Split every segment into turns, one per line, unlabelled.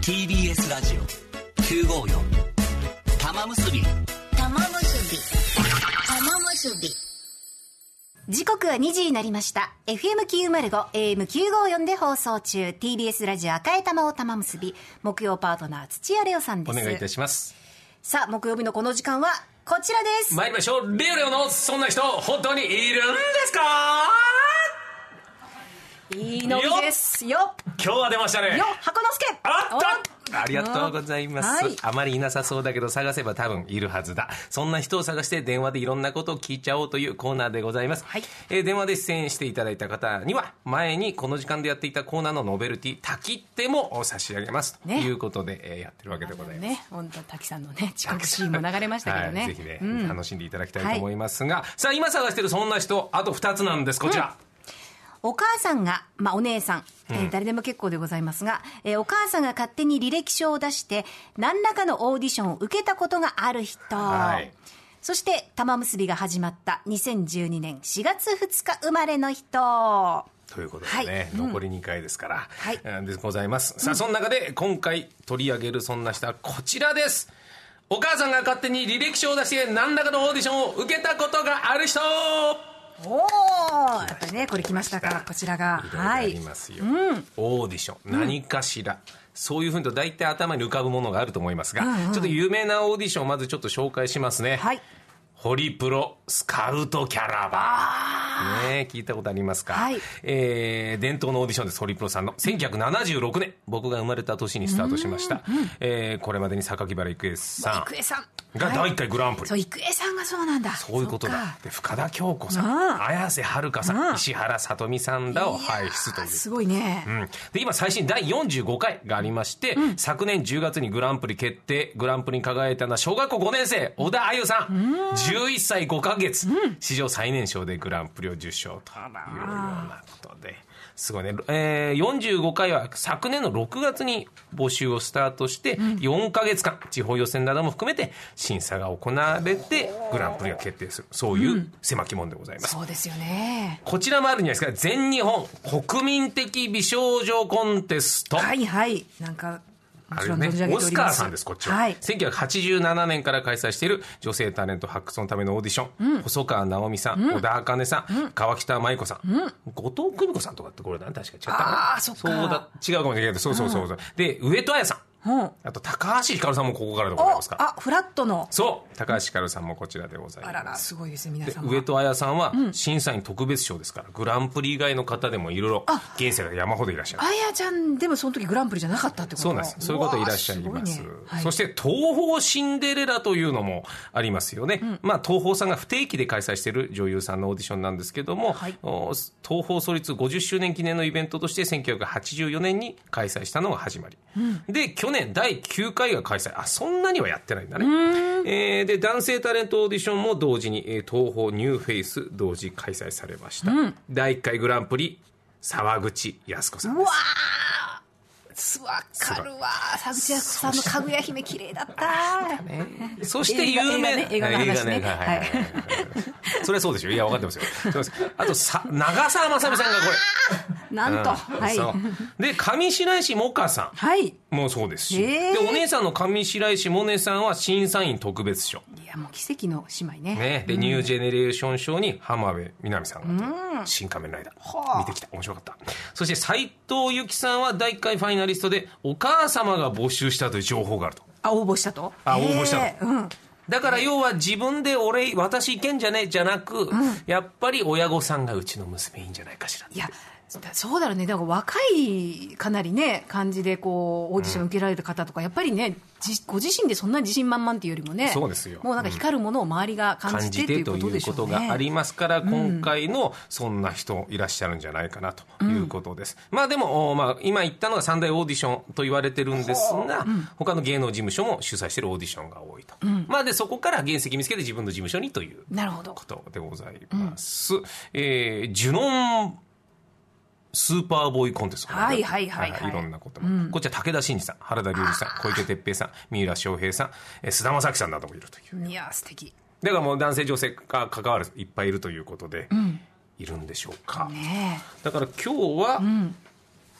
TBS ラジオ954玉結び
玉結び玉結び時刻は2時になりました FM905 AM954 で放送中 TBS ラジオ赤い玉を玉結び木曜パートナー土屋レオさん
お
です
願いいたします
さあ木曜日のこの時間はこちらです
参りましょうレオレオのそんな人本当にいるんですか
いいのりですよっ
今日は出ましたね
よっ箱之助
あっ
お
たありがとうございます、
はい
あまりいなさそうだけど探せば多分いるはずだそんな人を探して電話でいろんなことを聞いちゃおうというコーナーでございます、
はい
えー電話で出演していただいた方には前にこの時間でやっていたコーナーのノベルティ「滝っても差し上げますと
ね
いうことで、えーやってるわけでございます、
ね、本当滝さんのね遅刻シーンも流れましたけどね、
はい、ぜひね、
うん
楽しんでいただきたいと思いますが、さあ今探してるそんな人あと2つなんですこちら、
お母さんが、まあ、お姉さん、えー誰でも結構でございますが、えーお母さんが勝手に履歴書を出して何らかのオーディションを受けたことがある人、
はい
そして玉結びが始まった2012年4月2日生まれの人
ということでね、残り2回ですから、
はい
うんでございますさあその中で今回取り上げるそんな人はこちらですお母さんが勝手に履歴書を出して何らかのオーディションを受けたことがある人
おおやっぱりねこれ来ましたからこちらが
いろいろあ
は
り
い
ますよ、オーディション何かしら、そういうふうにと大体頭に浮かぶものがあると思いますが、
うんうん
ちょっと有名なオーディションをまずちょっと紹介しますね
はい
ホリプロスカウトキャラバン。ねえ聞いたことありますか、
はい
えー伝統のオーディションです、ホリプロさんの。1976年、僕が生まれた年にスタートしました。えーこれまでに榊原郁恵さ
郁恵さん
んが第1回グランプリ。
そう郁恵さんがそうなんだ
そういうこと
そっ
だ
か。
で、深田恭子さ
うん
ん、綾瀬はるかさ
うん
ん、石原さとみさんらを輩出とい
あ
う。
すごいね、
うんで今最新第45回がありまして、昨年10月にグランプリ決定グランプリに輝いたのは小学校5年生小田あゆさん11歳5ヶ月、史上最年少でグランプリを受賞というようなことですごいね、えー45回は昨年の6月に募集をスタートして4ヶ月間地方予選なども含めて審査が行われてグランプリが決定するそういう狭き門でございます
そうですよね
こちらもあるんじゃないですか。全日本国民的美少女コンテスト。
はいはいなんかも
あ
ち
れ
ろん存じ上
ね、
げておりま
オ
す
スカーさんです、こっちは。
はい
1987年から開催している女性タレント発掘のためのオーディション。細川直美さん、小田茜さん、川北舞子さん、後藤久美子さんとかってこれだね、確か違ったかな。
あーそっか
うだ、違うかもしれないけど、そうそうそうそう。で、上戸彩さん。
うん
あと、高橋ひかるさんもここからでござい
お
ますから。
あフラットの
そう、高橋ひかるさんもこちらでございます。
あららすごいですね皆
で
さんは
上戸彩さんは審査員特別賞ですから、グランプリ以外の方でもいろいろ現世が山ほどいらっしゃる
あやちゃんでもその時グランプリじゃなかったってこと
そうなんですそういうこといらっしゃいます
うわーごいねはい
そして東宝シンデレラというのもありますよね、まあ、東宝さんが不定期で開催している女優さんのオーディションなんですけども、
はい
お東宝創立50周年記念のイベントとして1984年に開催したのが始まり、で去年第9回が開催あそんなにはやってないんだね、えーで男性タレントオーディションも同時に、えー東宝ニューフェイス同時開催されました、第1回グランプリ沢口靖子さん
う
で
わ
す
ーすわかるわ沢口靖子さんのかぐや姫綺麗だった
そして有名な
映画ね映画の話ね
映画はいはいはい それはそうでしょいや分かってますよすいませんあとさ長澤まさみさんがこれ
なんと、
うん
はい
そうで上白石萌歌さ
はいい
んもそうですし、
へー
でお姉さんの上白石萌音さんは審査員特別賞、
やもう奇跡の姉妹ね
ね、で、ニュージェネレーション賞に浜辺美波さんが出て新仮面ライダー見てきた面白かったそして斎藤由貴さんは第1回ファイナリストでお母様が募集したという情報があると
あ応募したと
あ応募したの
へーうん
だから要は自分で俺、私いけんじゃねえじゃなく、やっぱり親御さんがうちの娘いいんじゃないかしら。
いやだそうだろうねだから若いかなりね感じでこうオーディション受けられる方とか、やっぱりねじご自身でそんな自信満々っていうよりもね
そうですよ
もうなんか光るものを周りが感
感
じ
じ
てとい
て
うことと
い
で
う
しょ
こ
うね
とがありますから、今回のそんな人いらっしゃるんじゃないかなということです。まあでも、おまあ今言ったのが三大オーディションと言われてるんですが、他の芸能事務所も主催してるオーディションが多いと。まあで、そこから原石見つけて自分の事務所にという
なるほど
ことでございます。えージュノンスーパーボーイコンテスト。
はいはいはいはい
いろんなことも。こっちは武田真治さん、原田龍二さん、小池徹平さん、三浦翔平さん、えー菅田将暉さんなどもいるという。
いや素敵
だからもう男性女性が関わらずいっぱいいるということで、いるんでしょうか。
ねえ
だから今日は、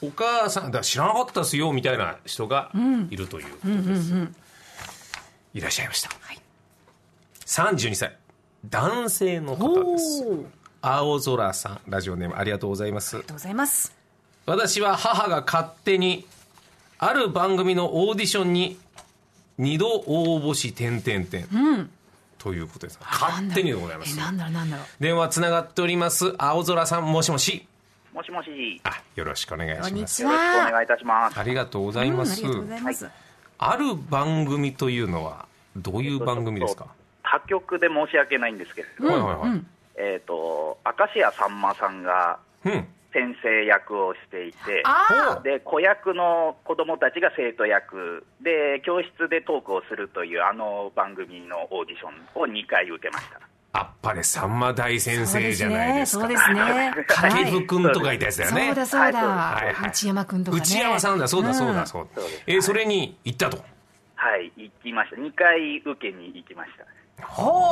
お母さんだから知らなかったですよみたいな人がいるということです、いらっしゃいました、32歳男性の
お
方です
お。
青空さんラジオネームありがとうございます
とうございます。
私は母が勝手にある番組のオーディションに2度応募し点々点ということです勝手にでございま
え、
す
なんだろう、なんだろう。
電話つながっております青空さんもしもし
もしもし。よ
あよろしくお願い
こ
し
んに
ます
ち
ろしくお
は。
願いいたします。
ありがとうござい
うん
ま
あ
す
りがとうございます。
ある番組というのはどういう番組ですか
他局で申し訳ないんですけれど、
はいはいはい
えっ、と、明石家さんまさんが
うん
先生役をしていて、
あ
で、子役の子供たちが生徒役で、教室でトークをするというあの番組のオーディションを2回受けました。
あっぱれさんま大先
そう
生
で
じ
す
ゃないで
ね。
す
そ
か
うですね。は
掛
い
布くんとかいたやつだよね
そうだそう
は
はい
だ
は。い
内山くんとかね。
内山さんだそうだそうだ
う
そうだ
そうです、
えーそれに行ったと
はい、行きました。2回受けに行きまし
ん。
た。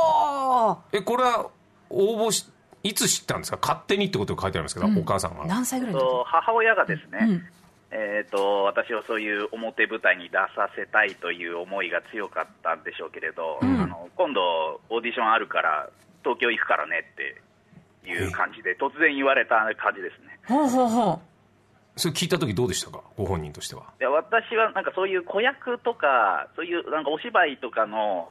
ほ
えこれは応募しいつ知ったんですか勝手にってことが書いてありますけど、お母さん
う。
が
何歳ぐらいの時
と母親がですね、
うん
えー、と私をそういう表舞台に出させたいという思いが強かったんでしょうけれど、あの今度、オーディションあるから東京行くからねっていう感じで突然言われた感じですね
ほうほうほ
それ聞いた時どうでしたかご本人としては
で私はなんかそういう子役とかそういうなんかお芝居とかの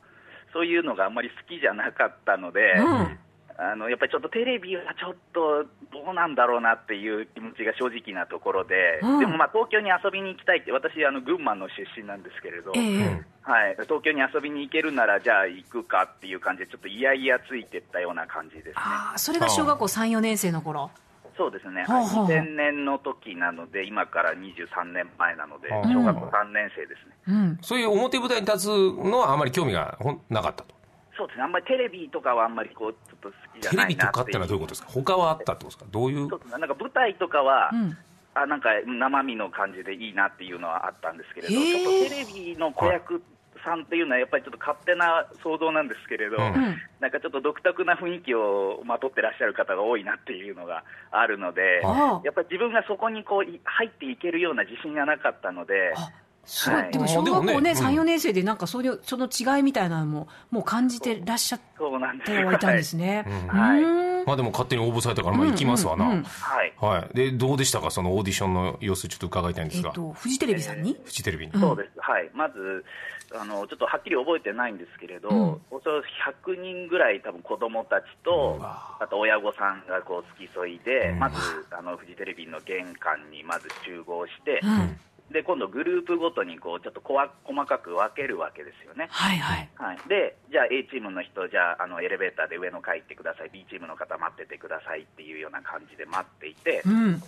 そういうのがあんまり好きじゃなかったので、
う。うん。
あのやっぱりちょっとテレビはちょっとどうなんだろうなっていう気持ちが正直なところで、
うん
でもまあ東京に遊びに行きたいって、私、あの群馬の出身なんですけれど、
ええ
はい、東京に遊びに行けるなら、じゃあ行くかっていう感じで、ちょっといやいやついてったような感じですね、
ああ、それが小学校3、4年生の頃。
そうですね、
ほうほう
2000年の時なので、今から23年前なので、
ああ
小学校3年生ですね。
うん。
そういう表舞台に立つのはあまり興味がほんなかったと
そうですね、あんまりテレビとかはあんまりこうちょっと好きじゃ
テレ
な
ビ
い
と
な
か
っ
ってて
いう
のはどういうことですか他はあったってことですかどういう
そうですねなんか舞台とかは、
うん
あなんか生身の感じでいいなっていうのはあったんですけれど、
へー
ちょっとテレビの子役さんっていうのは、やっぱりちょっと勝手な想像なんですけれど、
うん
なんかちょっと独特な雰囲気をまとってらっしゃる方が多いなっていうのがあるので、
あ
やっぱり自分がそこにこうい入っていけるような自信がなかったので、
あすご。
はいい
でも小学
で
校
も
ね、
ね
3、4年生でなんかそれをその違いみたいなのも、もう感じてらっしゃっ
そうなんです
てはいたんですね。
はい
うん
まあでも勝手に応募されたからまあ行きますわな、
うんうんうん
はい
はいでどうでしたかそのオーディションの様子ちょっと伺いたいんで
え
す
っ
が、
と、フジテレビさんに
フジテレビに、
そうです、はい、まずあの、ちょっとはっきり覚えてないんですけれど、
うん
おそらく100人ぐらい、多分子供たちと、あと親御さんがこう付き添いで、まずあのフジテレビの玄関にまず集合して、
うん
で今度、グループごとにこうちょっとこわ細かく分けるわけですよね。
はいはい。
はい、でじゃあ A チームの人じゃああのエレベーターで上の階行ってください B チームの方待っててくださいっていうような感じで待っていて、
うん。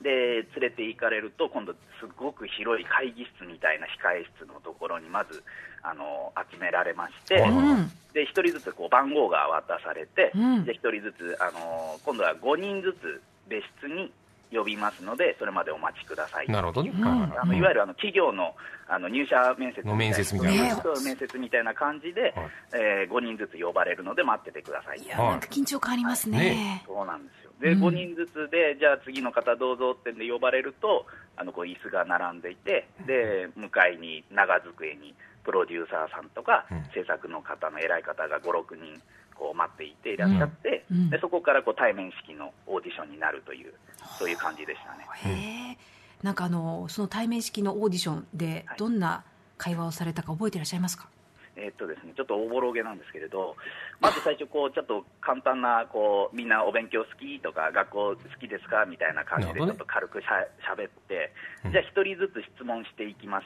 で連れて行かれると今度すごく広い会議室みたいな控え室のところにまずあの集められまして、
はいはい
うん。
で1人ずつこう番号が渡されて、
うん
で1人ずつあの今度は5人ずつ別室に呼びますのでそれまでお待ちください
なるほどね、
ん
はいはい
あのいわゆるあの企業のあの入社面接
の面接みたい
なやつ
そう面接みたいな感じで、え5人ずつ呼ばれるので待っててください
いや、なんか緊張感ありますね。
そうなんですよ。で、
うん
5人ずつで、じゃあ次の方どうぞってんで呼ばれると、あのこう椅子が並んでいて、で、向かいに長机にプロデューサーさんとか、
うん
制作の方の偉い方が5、6人こう待っていていらっしゃって、
うんうん
でそこからこう対面式のオーディションになるという、そういう感じでしたね。
へえ。なんかあの、その対面式のオーディションで、どんな会話をされたか覚えてらっしゃいますか
えっとですね、ちょっとおぼろげなんですけれど、まず最初こう、ちょっと簡単なこう、みんなお勉強好きとか、学校好きですかみたいな感じ
な
で、
る
ち
ほ
ょ
ど
っ
ね
と軽くしゃ喋って、じゃあ、一人ずつ質問していきます、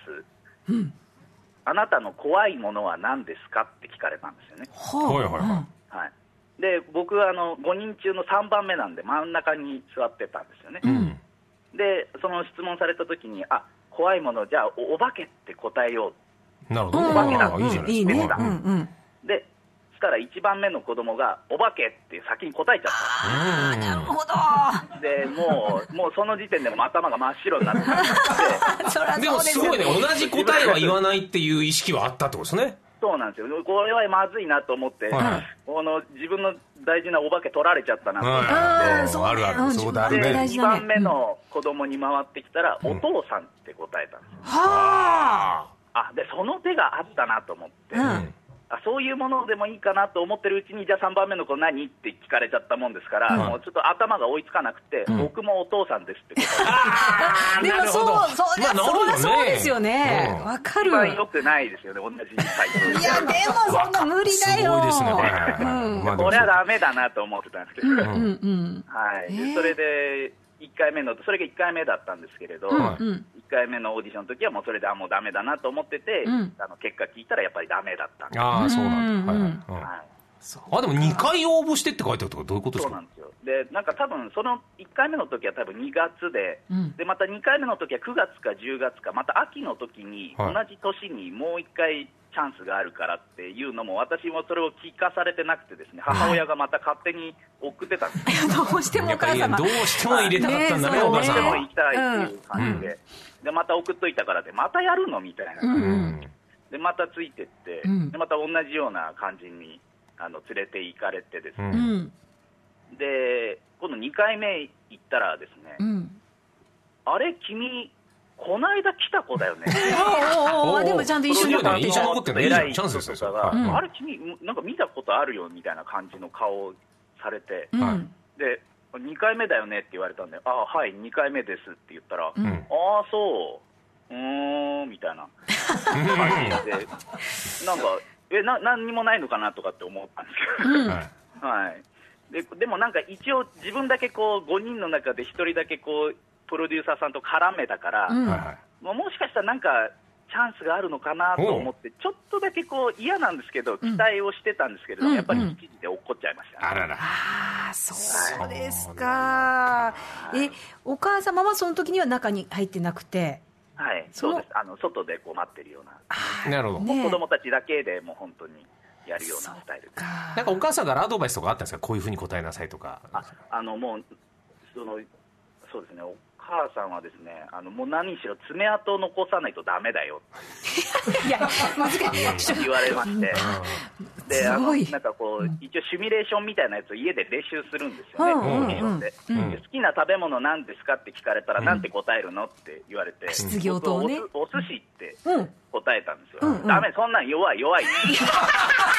うん。
あなたの怖いものは何ですかって聞かれたんですよね。
ほ
はいはいは
はいで僕はあの5人中の3番目なんで真ん中に座ってたんですよね、
うん
でその質問された時にあ怖いものじゃあおお化けって答えよう
なるほど、
うん
まあまあいいじゃ
う。
なんい
いい
ですか
ね。
は
う
い
んうん。
でそしたら1番目の子供が「お化け」って先に答えちゃっ
ああ、なるほど。
たんですでもうもうその時点でもう頭が真っ白になってたんで
そら
で
そ
も
うですす
ごい
よ
ね、同じ答えは言わないっていう意識はあったってことですね。
そうなんですよ、これはまずいなと思って、
はい
この自分の大事なお化け取られちゃったなと思って。
あーそうね
あるあ
うん
る、そうだある
大
で
ね。
事
2
だね
番目の子供に回ってきたら、お父さんって答えたんですよ
はあ。
あでその手があったなと思って、
うん
うん
あそういうものでもいいかなと思ってるうちにじゃあ3番目の子何って聞かれちゃったもんですから、
うん
もうちょっと頭が追いつかなくて、
ん
僕もお父さんですって答
あー
で
な
も
る
そ
ほど
う、そう、
ま
そ
あなるよ
ら
ね
そうですよね。
うん
わか
え
る。
一番良くないですよね同じサイト
いや、でもそんな無理だよ。
すごいですね、これ。まあでも
これはダメだなと思ってたんですけど、
うん、
は
うん、うん。
い、で
えー
それで1回目のそれが1回目だったんですけれど、
ん
1
うん。
回目のオーディションの時はもうそれであもうダメだなと思ってて、
うん
あの結果聞いたらやっぱりダメだったんで
ああ、そうなんだ。
う
は
んうん
いはいうん
はい
あ、でも2回応募してって書いてあるとかどういうことで
そ
す
うな
か
んですよ、でなんか多分その1回目の時は多分2月で、
うん
でまた2回目の時は9月か10月か、また秋の時に、同
はい
じ年にもう1回チャンスがあるからっていうのも、私もそれを聞かされてなくて、ですね母親がまた勝手に送ってたんですよ、
どうしてもお母
やっぱ
様。
りどうしても入れたかったんだね、
ね
お
どう
母
し
さ
て
ん
も
は
行。きたいっていう感じで、でまた送っといたからで、またやるのみたいな、
うん
うん
でまたついてって、
うん
でまた同じような感じにあの連れて行かれてです
う
ね、
うんん、
で今度2回目行ったらですね、
うん。
あれ、君、こないだ来た子だよね。
おおおお、でもちゃんと一緒に
い
残
いじ
っ
ゃない
て る
一緒に残ってるいいじゃん
偉い人と
チャンスです
か
よ
が、
はい
うん
あれ君、なんか見たことあるよみたいな感じの顔をされて、
う
はい
ん。
で、2回目だよねって言われたんで、ああ、はい、2回目ですって言ったら、
ん
ああ、そう、うーん、みたいな感じで、なんか、 え、な何にもないのかなとかって思ったんですけど。
うん。
はい
はい、ででもなんか一応、自分だけこう5人の中で1人だけこうプロデューサーさんと絡めたから、
うん
はいはい
まあもしかしたらなんかチャンスがあるのかなと思って、ちょっとだけこう嫌なんですけど、期待をしてたんですけれども、
うん
やっぱり
うん
一時で落っこっちゃいましたね、
あらら。
ああ、そうですか。え、お母様はその時には中に入ってなくて。
はい、
その
そうですあの外でこう待ってるような、
なるほど。
ねえ
子供たちだけでもう本当にやるようなスタイルで
か
なんかお母さんからアドバイスとかあったんですかこういうふうに答えなさいとか。
ああのもうその、そうですね、お母さんはですね、あのもう何しろ爪痕を残さないとダメだよ
いや、難しい。
言われまして、 で、あ
すご
の
い
なんかこう、一応シミュレーションみたいなやつを家で練習するんです
う
よ
ん
うん
ね、オーディションで
うん
で好きな食べ物なんですかって聞かれたら、なんて答えるのって言われて、
質疑応答ね
僕お寿お寿司って
うん。
答えたんですよ、
うんうん
ダメ、そんなん弱い、弱い、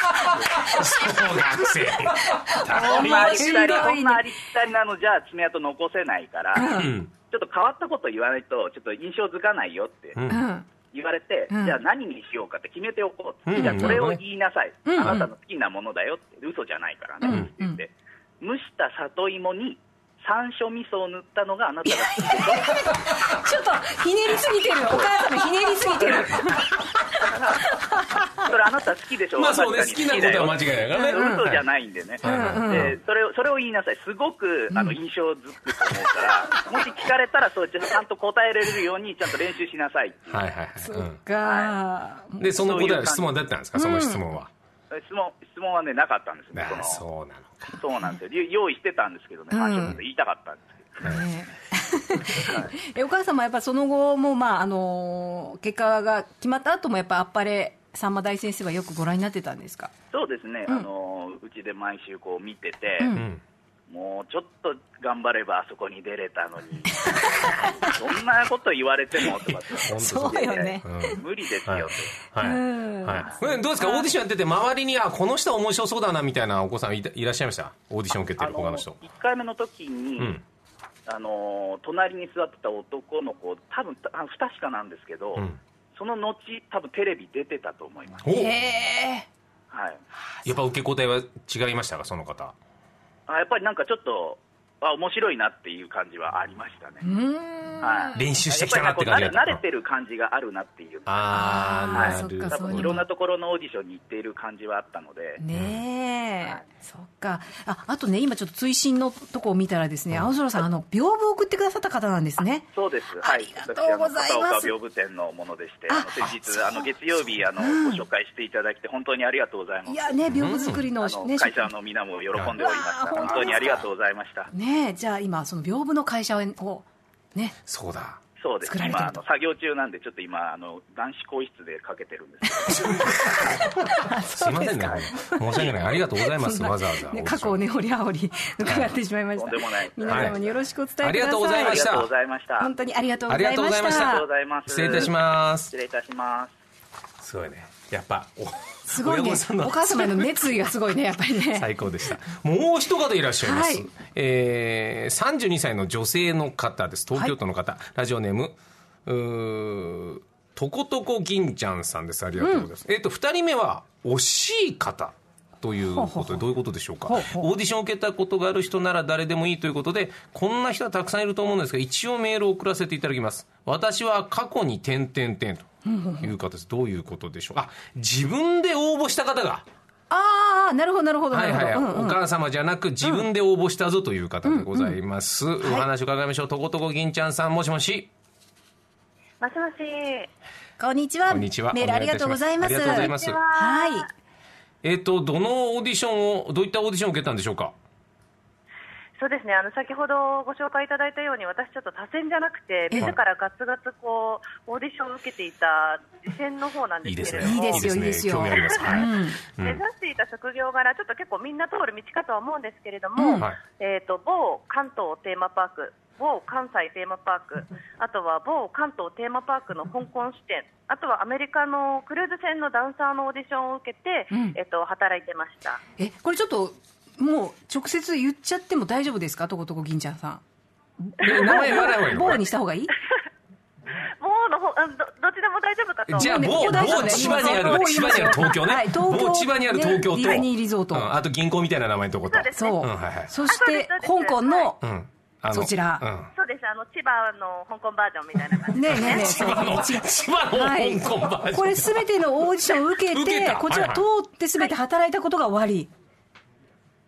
小学生。
そんなありきたり、
面白いね
そんなありきたりなのじゃ、爪痕残せないから、ち
うん
ょっと変わったこと言わないと、ちょっと印象づかないよって。
う
う
ん
ん。
言われて、
うん
じゃあ何にしようかって決めておこうって、
うん
じゃあそれを言いなさい、
ん
あなたの好きなものだよって、嘘じゃないからね、
うん
って言って、蒸した里芋に山椒味噌を塗ったのがあなたが好きでしょ、
ちょっとひねりすぎてる。お母様ひねりすぎてる。
それあなた好きでしょ、
まあそうね、好
私
き
だ
な
け
ことは間
好きだよ
違いないからね。
うん嘘じゃ
い。
ないんでね、
うん
でそれをそれを言いなさい、すごくあの印象づくと思うから、もし聞かれたらそう、ちゃんと答えられるように、ちゃんと練習しなさいっていう
はいはいはい
が、
うん。で、その
そういう
答
感
え、
じ
質問だったんですかその質問は。
質問質問はね、なかったんですね、
ああ、
その
そうなのか。
そうなんですよ、用意してたんですけどね、
うん
あちょっと言いたかったんですけど。
ねえお母様はやっぱその後も、まあ、あの結果が決まった後もやっぱあっぱれさんま大先生はよくご覧になってたんですか
そうですね、
ん
あのうちで毎週こう見てて、
うん
うん。
もうちょっと頑張ればあそこに出れたのに、そんなこと言われてもとかって
本当
そうよね
うん
無理ですよ
はい
と、
うん
はいはい、どうですか、オーディションやってて、周りに、あこの人面白そうだなみたいなお子さんいたいらっしゃいました、オーディション受けて
あ
る他
の
の人。
1回目の時に、
うん
あの隣に座ってた男の子、多分あ不確かなんですけど、
うん
その後多分テレビ出てたと思います、
お
え
はい、
やっぱ受け答えは違いましたか、その方。
あやっぱりなんかちょっと、あ面白いなっていう感じはありましたね。
えうん
はい
練習してきたなって
や
感
っ
じ
ぱ
だ
り
った
なんかこう慣れ慣れてる感じがあるなっていう
あ
あー
ー、なる
そっ
ほ
か
多
そう
分
ね
いろんなところのオーディションに行っている感じはあったので、
ねえ、
はい
そっかああとね今ちょっと追伸のとこを見たらですね、青空さんあの屏風を送ってくださった方なんですね
そうです、
ありがとうございます
私あの片岡屏風店のものでして、
あ
あの先日、あの月曜日あの、ご紹介していただきて、本当にありがとうございま
い
す。
やね屏風作りの、
あの
ね
会社の皆も喜んでおりました、
うわー
本当にありがとうございました。
ねえじゃあ今その屏風の会社をね
そうだ、
そうです
作られて
今
る
あ
と
の作業中なんでちょっと今あの男子更衣室でかけてるんですけど
すいませんね。申し訳ない。ありがとうございます。
んな
わざわざ。
ね過去をね、掘り葉織り伺ってしまいました。
とんでもないです
皆様によろしくお伝えください。
はいありがとうございま
あり
し
が
た
とうございました
本当にありがとうご
あり
ざ
が
い
とう
まし
ございました
あ
た
りがとうご。ざいます
失礼いたしま
失
す。
礼いたします
すごいね。やっぱ、お
すごいね
親御さん。の
お母様の熱意がすごいね、やっぱりね。
最高でした。もう一方いらっしゃいます。
はい
えー、32歳の女性の方です。東京都の方。ラジオネーム、うーとことこ銀ちゃんさんです。ありがとうございます。えっ、と、二人目は、惜しい方。ということで、どういうことでしょうか。
ほうほう
オーディションを受けたことがある人なら誰でもいいということで、こんな人はたくさんいると思うんですが、一応メールを送らせていただきます。私は過去に点々点という形です。どういうことでしょうか。あ、自分で応募した方が。
ああ、なるほど、なるほど、な
はい
るほ
はい、
ど。うんう
お
ん
母様じゃなく自分で応募したぞという方でございます、お話伺いましょうとことこ銀ちゃんさんもしもし
もしもし。
こんにちは。
こんにちは
メールありがとうございます。
お願いいたしますありがとうございます
こんにち
はい。
えっ、とどのオーディションをどういったオーディションを受けたんでしょうか
そうですね。あの先ほどご紹介いただいたように、私ちょっと多選じゃなくて、自らガツガツこうオーディションを受けていた次戦の方なんですけれども、
いいですねいいですよ
興味あります、はいうん
目指していた職業柄、ちょっと結構みんな通る道かとは思うんですけれども、
はい
えっ、と某関東テーマパーク、某関西テーマパーク、あとは某関東テーマパークの香港支店、あとはアメリカのクルーズ船のダンサーのオーディションを受けて、
うん
えっ、と働いてました。
え、これちょっと、もう直接言っちゃっても大丈夫ですかとことこ銀ちゃんさ
え 名前言わない方がいい
ん。
の
棒にした方がいい
もうのほあどどっちでも大丈夫かと思う
じゃあ
もうねここ大
某
丈夫
某
ね
千葉にあ
今
る千葉にある東京ね、
はい東京
某千葉にある東京と
ねディズニーリゾート
うんあと銀行みたいな名前のとこと
そうです
そう。
うんはいはい
そして
あ、そう
香
です
港
そうです
の、
うんあの
そちら
うん
そうです、あの千葉の香港バージョンみたいな感じ
ねえねえねえ
千葉の千葉の香港バージョン、
これすべてのオーディションを受けて、
受けた
こちら通ってすべて働いたことが終わり。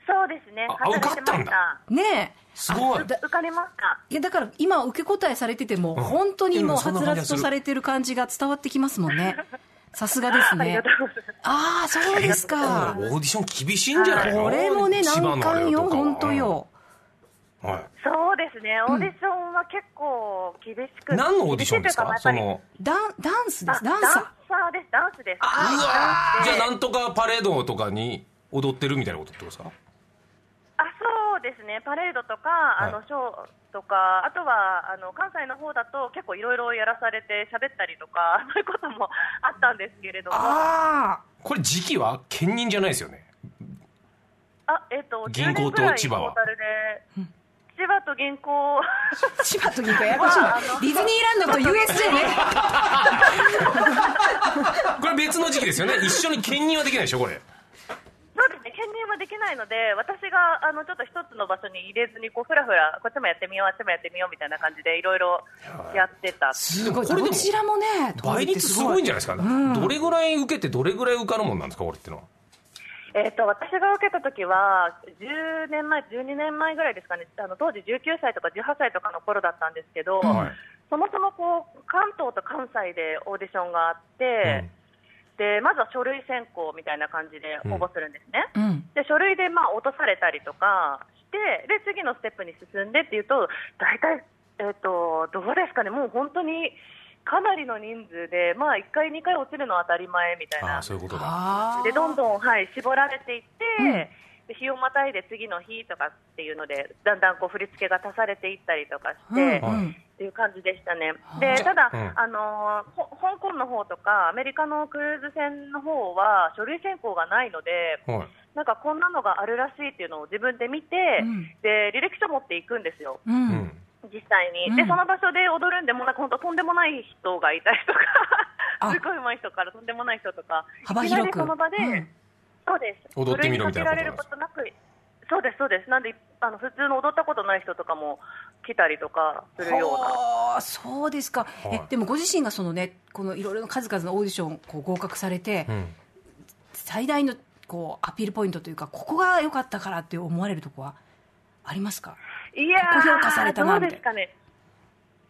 そうですね、
あ
働いてま
受かったん
した。
ねえ。
すごい
あだ
受かりました。
いやだから今受け答えされてても、
ん
本当にもう
うん
は
そんな
つ
感
ら
じが
つ
す
と
る
されてる感じが伝わってきますもんね。さすがです
あり
ね
がと。うございます。
ああ、そうです
オ
か。
ーディション厳しいんじゃないの
これもね、
千葉
難
のあれ
関よ、
とかは
本当よ。
はい
そうですね、オーディションは結構厳しく、
何のオーディションですか
厳しい
そ
というやっ
の
ダン、ダンスで
ぱり
す、ダン
あ
サー。
ダンサーです、ダンスです。
うわ
ダンス
じ
で
ゃあなんとかパレードとかに踊ってるみたいなことってことですか
あそうですね、パレードとか、あ
は
の
い
ショーとか、あとはあの関西の方だと、結構いろいろやらされて、喋ったりとか、 そういうこともあったんですけれども、あ
あ
これ時期は兼任じゃないですよね
えっと
銀行と
10年ぐらい
千葉は
トータルで千葉と銀行、
あ、千葉と銀行ややこしいな
あの
ディズニーランドと USJ ね。
これ別の時期です よね一緒に兼任はできないでしょこれ
そうですね、兼任はできないので、私があのちょっと一つの場所に入れずにこう、ふらふら、こっちもやってみよう、あっちもやってみようみたいな感じで、いろいろやってた、
すごい、
これで
ど
も
ちらもね、
倍率すごいんじ
ゃ
ゃないですか、どれぐらい受けてどれぐらい受かるもんなんですかこれってのは
えー、と私が受けた時は、10年前、12年前ぐらいですかね、あの当時19歳とか18歳とかの頃だったんですけど、
はい
そもそもこう関東と関西でオーディションがあって、でまずは書類選考みたいな感じで応募するんですね。
うん。
で書類でまあ落とされたりとかしてで次のステップに進んでっていうと大体、えー、とどうですかねもう本当にかなりの人数で、まあ、1回、2回落ちるのは当たり前みたい
あ
な
あそういうことだ
ああ。
でどんどん、はい、絞られていって、
うん
で日をまたいで次の日とかっていうのでだんだんこう振り付けが足されていったりとかして。
うん
はい
っていう感じでしたね。
は
で、
い
ただ、
うん
あのーほ香港の方とか、アメリカのクルーズ船の方は、書類選考がないので、
はい
なんかこんなのがあるらしいっていうのを自分で見て、
うん
で、履歴書持っていくんですよ。
う。
うんん
実際に、
う
で
ん
その場所で踊るんで、もうなんか本当、とんでもない人がいたりと
あ
か、 すごい上手い人からとんでもない人とか、
幅広く
いきなりその場で、
うん
そうです、
踊ってみろみたいな
それにかけられることなく、そうです、そうです、なんであの普通の踊ったことない人とかも来たりとかするような。
はあそうですか、
はい
えでもご自身がそのねこのいろいろな数々のオーディションこう合格されて、
うん
最大のこうアピールポイントというかここが良かったからって思われるとこはありますか
いや
高評価されたな
どうですかね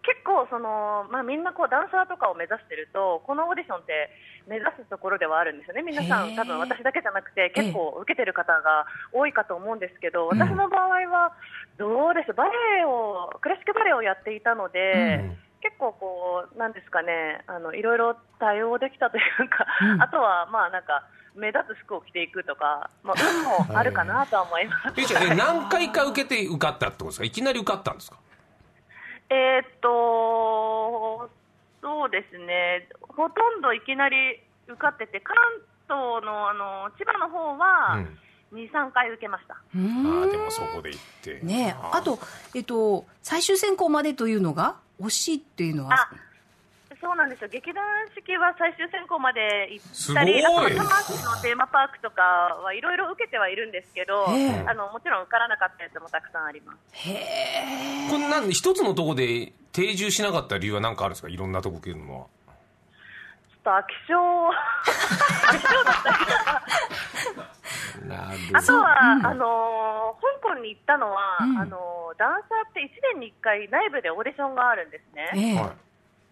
結構その、まあ、みんなこうダンサーとかを目指してるとこのオーディションって目指すところではあるんですよね皆さ
へー
ん多分私だけじゃなくて結構受けてる方が多いかと思うんですけど、私の場合はどうですバレエをクラシックバレエをやっていたので、
うん
結構こう、なんですかね、あのいろいろ対応できたというか、あとはまあなんか、目立つ服を着ていくとか、まあ、運もあるかなとは思います。
えじゃあえ何回か受けて受かったってことですかいきなり受かったんですか
えーっと、そうですね、ほとんどいきなり受かってて、関東のあの千葉の方は
うん、
2、3回受けました。
う
あ
ん
ーでもそこで行って
ねえ
ー
あと、えっと、最終選考までというのが惜しいっていうのは
あそうなんですよ劇団四季は最終選考まで行った
す
り、
ご
あ
い
と多摩市のテーマパークとかはいろいろ受けてはいるんですけど、
ええ
あのもちろん受からなかったやつもたくさんあります。
へえ
こんなん一つのとこで定住しなかった理由は何かあるんですかいろんなとこ受けるのは
ちょっと飽き性、飽き性だったりとか、
なる
あとは、あのー香港に行ったのは、
うん
あのーダンサーって1年に1回内部でオーディションがあるんですね。
ええ
は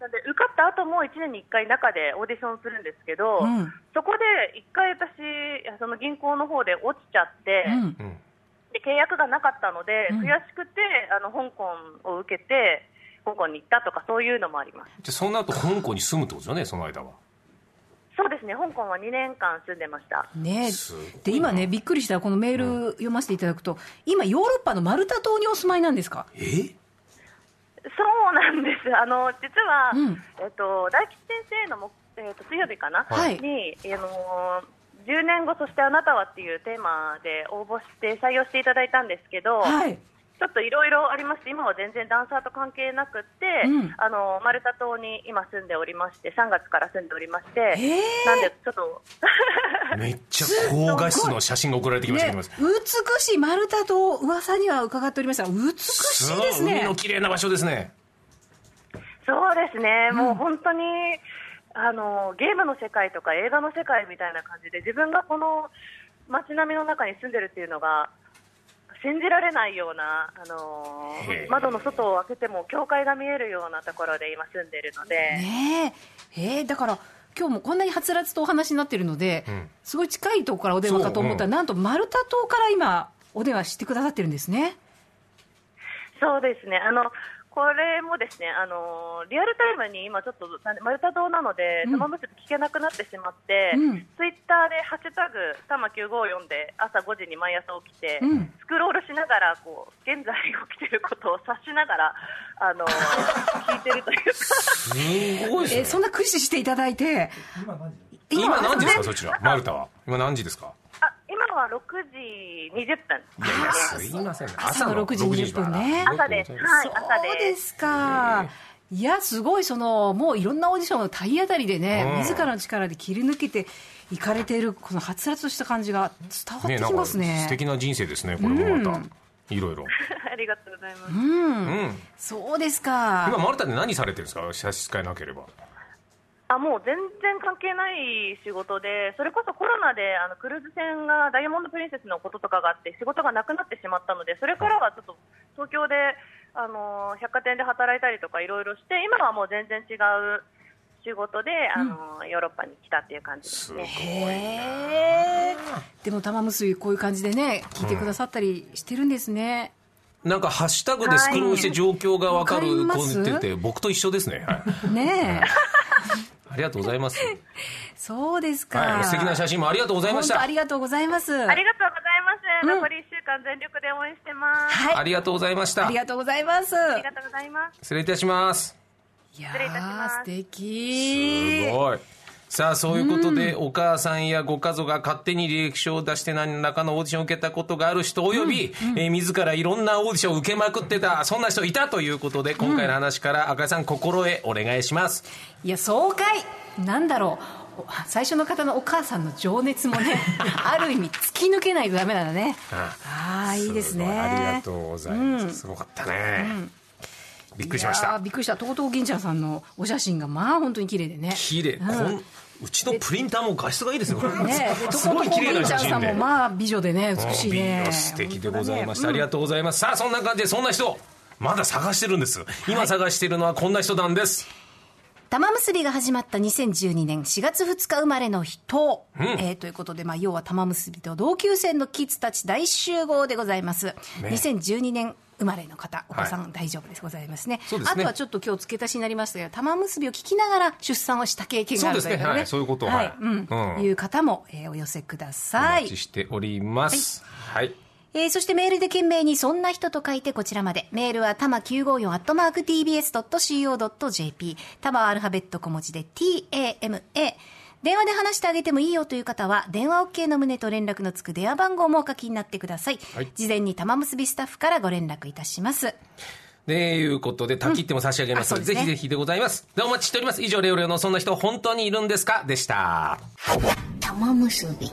なんで受かった後も1年に1回中でオーディションするんですけど、
うん
そこで1回私その銀行の方で落ちちゃって。
うん
い、うん、
で契約がなかったので、
うん
悔しくてあの香港を受けて香港に行ったとかそういうのもあります
じゃあその後香港に住むってことですよねその間は
そうですね香港は2年間住んでました
ね
すごいな
えで今ねびっくりしたこのメール読ませていただくと今ヨーロッパのマルタ島にお住まいなんですか
え
そうなんです あの実は、
うん
えっと、大吉先生のも、えっと、水曜日かな、
はい
に、あのー10年後そしてあなたは」っていうテーマで応募して採用していただいたんですけど、
はい
ちょっといろいろありまして、今は全然ダンサーと関係なくって、
うん
あのマルタ島に今住んでおりまして、3月から住んでおりまして、
へー
なんでちょっと、
めっちゃ高画質の写真が送られてきましたけど
ね、美しい丸太と噂には伺っておりましたが美しいです
海
ね
の綺麗な場所ですね
そうですね、もう本当にあのゲームの世界とか映画の世界みたいな感じで、自分がこの街並みの中に住んでるっていうのが、信じられないような、あの
へー
窓の外を開けても、教会が見えるようなところで今、住んでるので。
ねええーだから今日もこんなにはつらつとお話になってるので、
ん
すごい近いところからお電話かと思ったら、
そううん
なんと丸太島から今お電話してくださってるんですね
そうですね。あのこれもですね、あのリアルタイムに今ちょっとなんでマルタ島なので、
うん
玉結び聞けなくなってしまって、
うん
ツイッターでハッシュタグ玉九五四で朝5時に毎朝起きて、
うん
スクロールしながらこう現在起きてることを察しながらあ の聞いてるというか。
すご
え
い
ー
です
そ
ね
んな駆使していただいて
今何時です
ね
かそちらマルタは今何時ですか
あ今は6時20分。
いやいやすいません朝
6
の6
時
時
20分ね
あら
朝です。はい、朝
そう
で。
ですすか。いや、すごい、その、もういろんなオーディションの体当たりでね、
うん
自らの力で切り抜けていかれている、このはつらつとした感じが伝わって
な
き
ん
ま
か
す
素
ね。
敵な人生ですねこれもまたいろいろ
ありがとうございます。
うん
そうです
今
か。
マルタで何されてるんですか差し支えなければ
あもう全然関係ない仕事で、それこそコロナであのクルーズ船がダイヤモンド・プリンセスのこととかがあって、仕事がなくなってしまったので、それからはちょっと東京で、あのー百貨店で働いたりとかいろいろして、今はもう全然違う仕事で、あのーヨーロッパに来たっていう感じです
すごい
ね。
へーでも玉結びこういう感じでね聞いてくださったりしてるんですね、
なんかハッシュタグでスクロールして状況が分か
はい
る
わかり
こ
ます
う言ってて僕と一緒ですねはい
ね
ありがとうございます
えそうですか、
はい素敵な写真もありがとうございま
本
し
当
た
ありがとうございます
ありがとうございます。
うん
残り1週間全力で応援してます。
はい
ありがとうございました
ありがとうございます
ありがとうございます。
失礼いたします
いや
失礼いたし
ー
ます
素敵
すごいさあそういうことで、お母さんやご家族が勝手に履歴書を出して何らかのオーディションを受けたことがある人および、えー自らいろんなオーディションを受けまくってたそんな人いたということで今回の話から赤井さん心得お願いします、
いや爽快なんだろうお最初の方のお母さんの情熱もね ある意味突き抜けないとダメなんだねああいいですね
ごありがとうございます、すごかったね、びっくりしまし
いやー
た
びっくりしたとうとう銀ちゃんさんのお写真がまあ本当に綺麗でね
綺麗、こんうちのプリンターも画質がいいですよ、これ
ねでと
す
こ
ご
と
い
こ
綺麗
銀
な
ちゃ
写
んさ
真
んも
で
まあ美女でね美しい
美
ね
容素敵でございました、ありがとうございますさあそんな感じでそんな人まだ探してるんです今探してるのはこんな人なんです、
玉結びが始まった2012年4月2日生まれの人、えーということで、まあ、要は玉結びと同級生のキッズたち大集合でございます、2012年生まれの方、お子さん大丈夫です、ございますね
そうです
あ
ね
とはちょっと今日付け足しになりましたが、玉結びを聞きながら出産をした経験があるという,、
そうですねはいそういうことをはい
うん
うん
いう方も、えーお寄せくだ
お
さ
待
い
ち。しております。はい。
えーそしてメールで懸命に「そんな人」と書いてこちらまでメールはたま954アットマーク TBS.CO.jp たまはアルファベット小文字で TAMA 電話で話してあげてもいいよという方は電話 OK の旨と連絡のつく電話番号もお書きになってください、
はい
事前に玉結びスタッフからご連絡いたします
ということで、滝っても差し上げますので、
うんあそうですね
ぜひぜひでございます。で、お待ちしております。以上、レオレオのそんな人、本当にいるんですかでした。
玉結び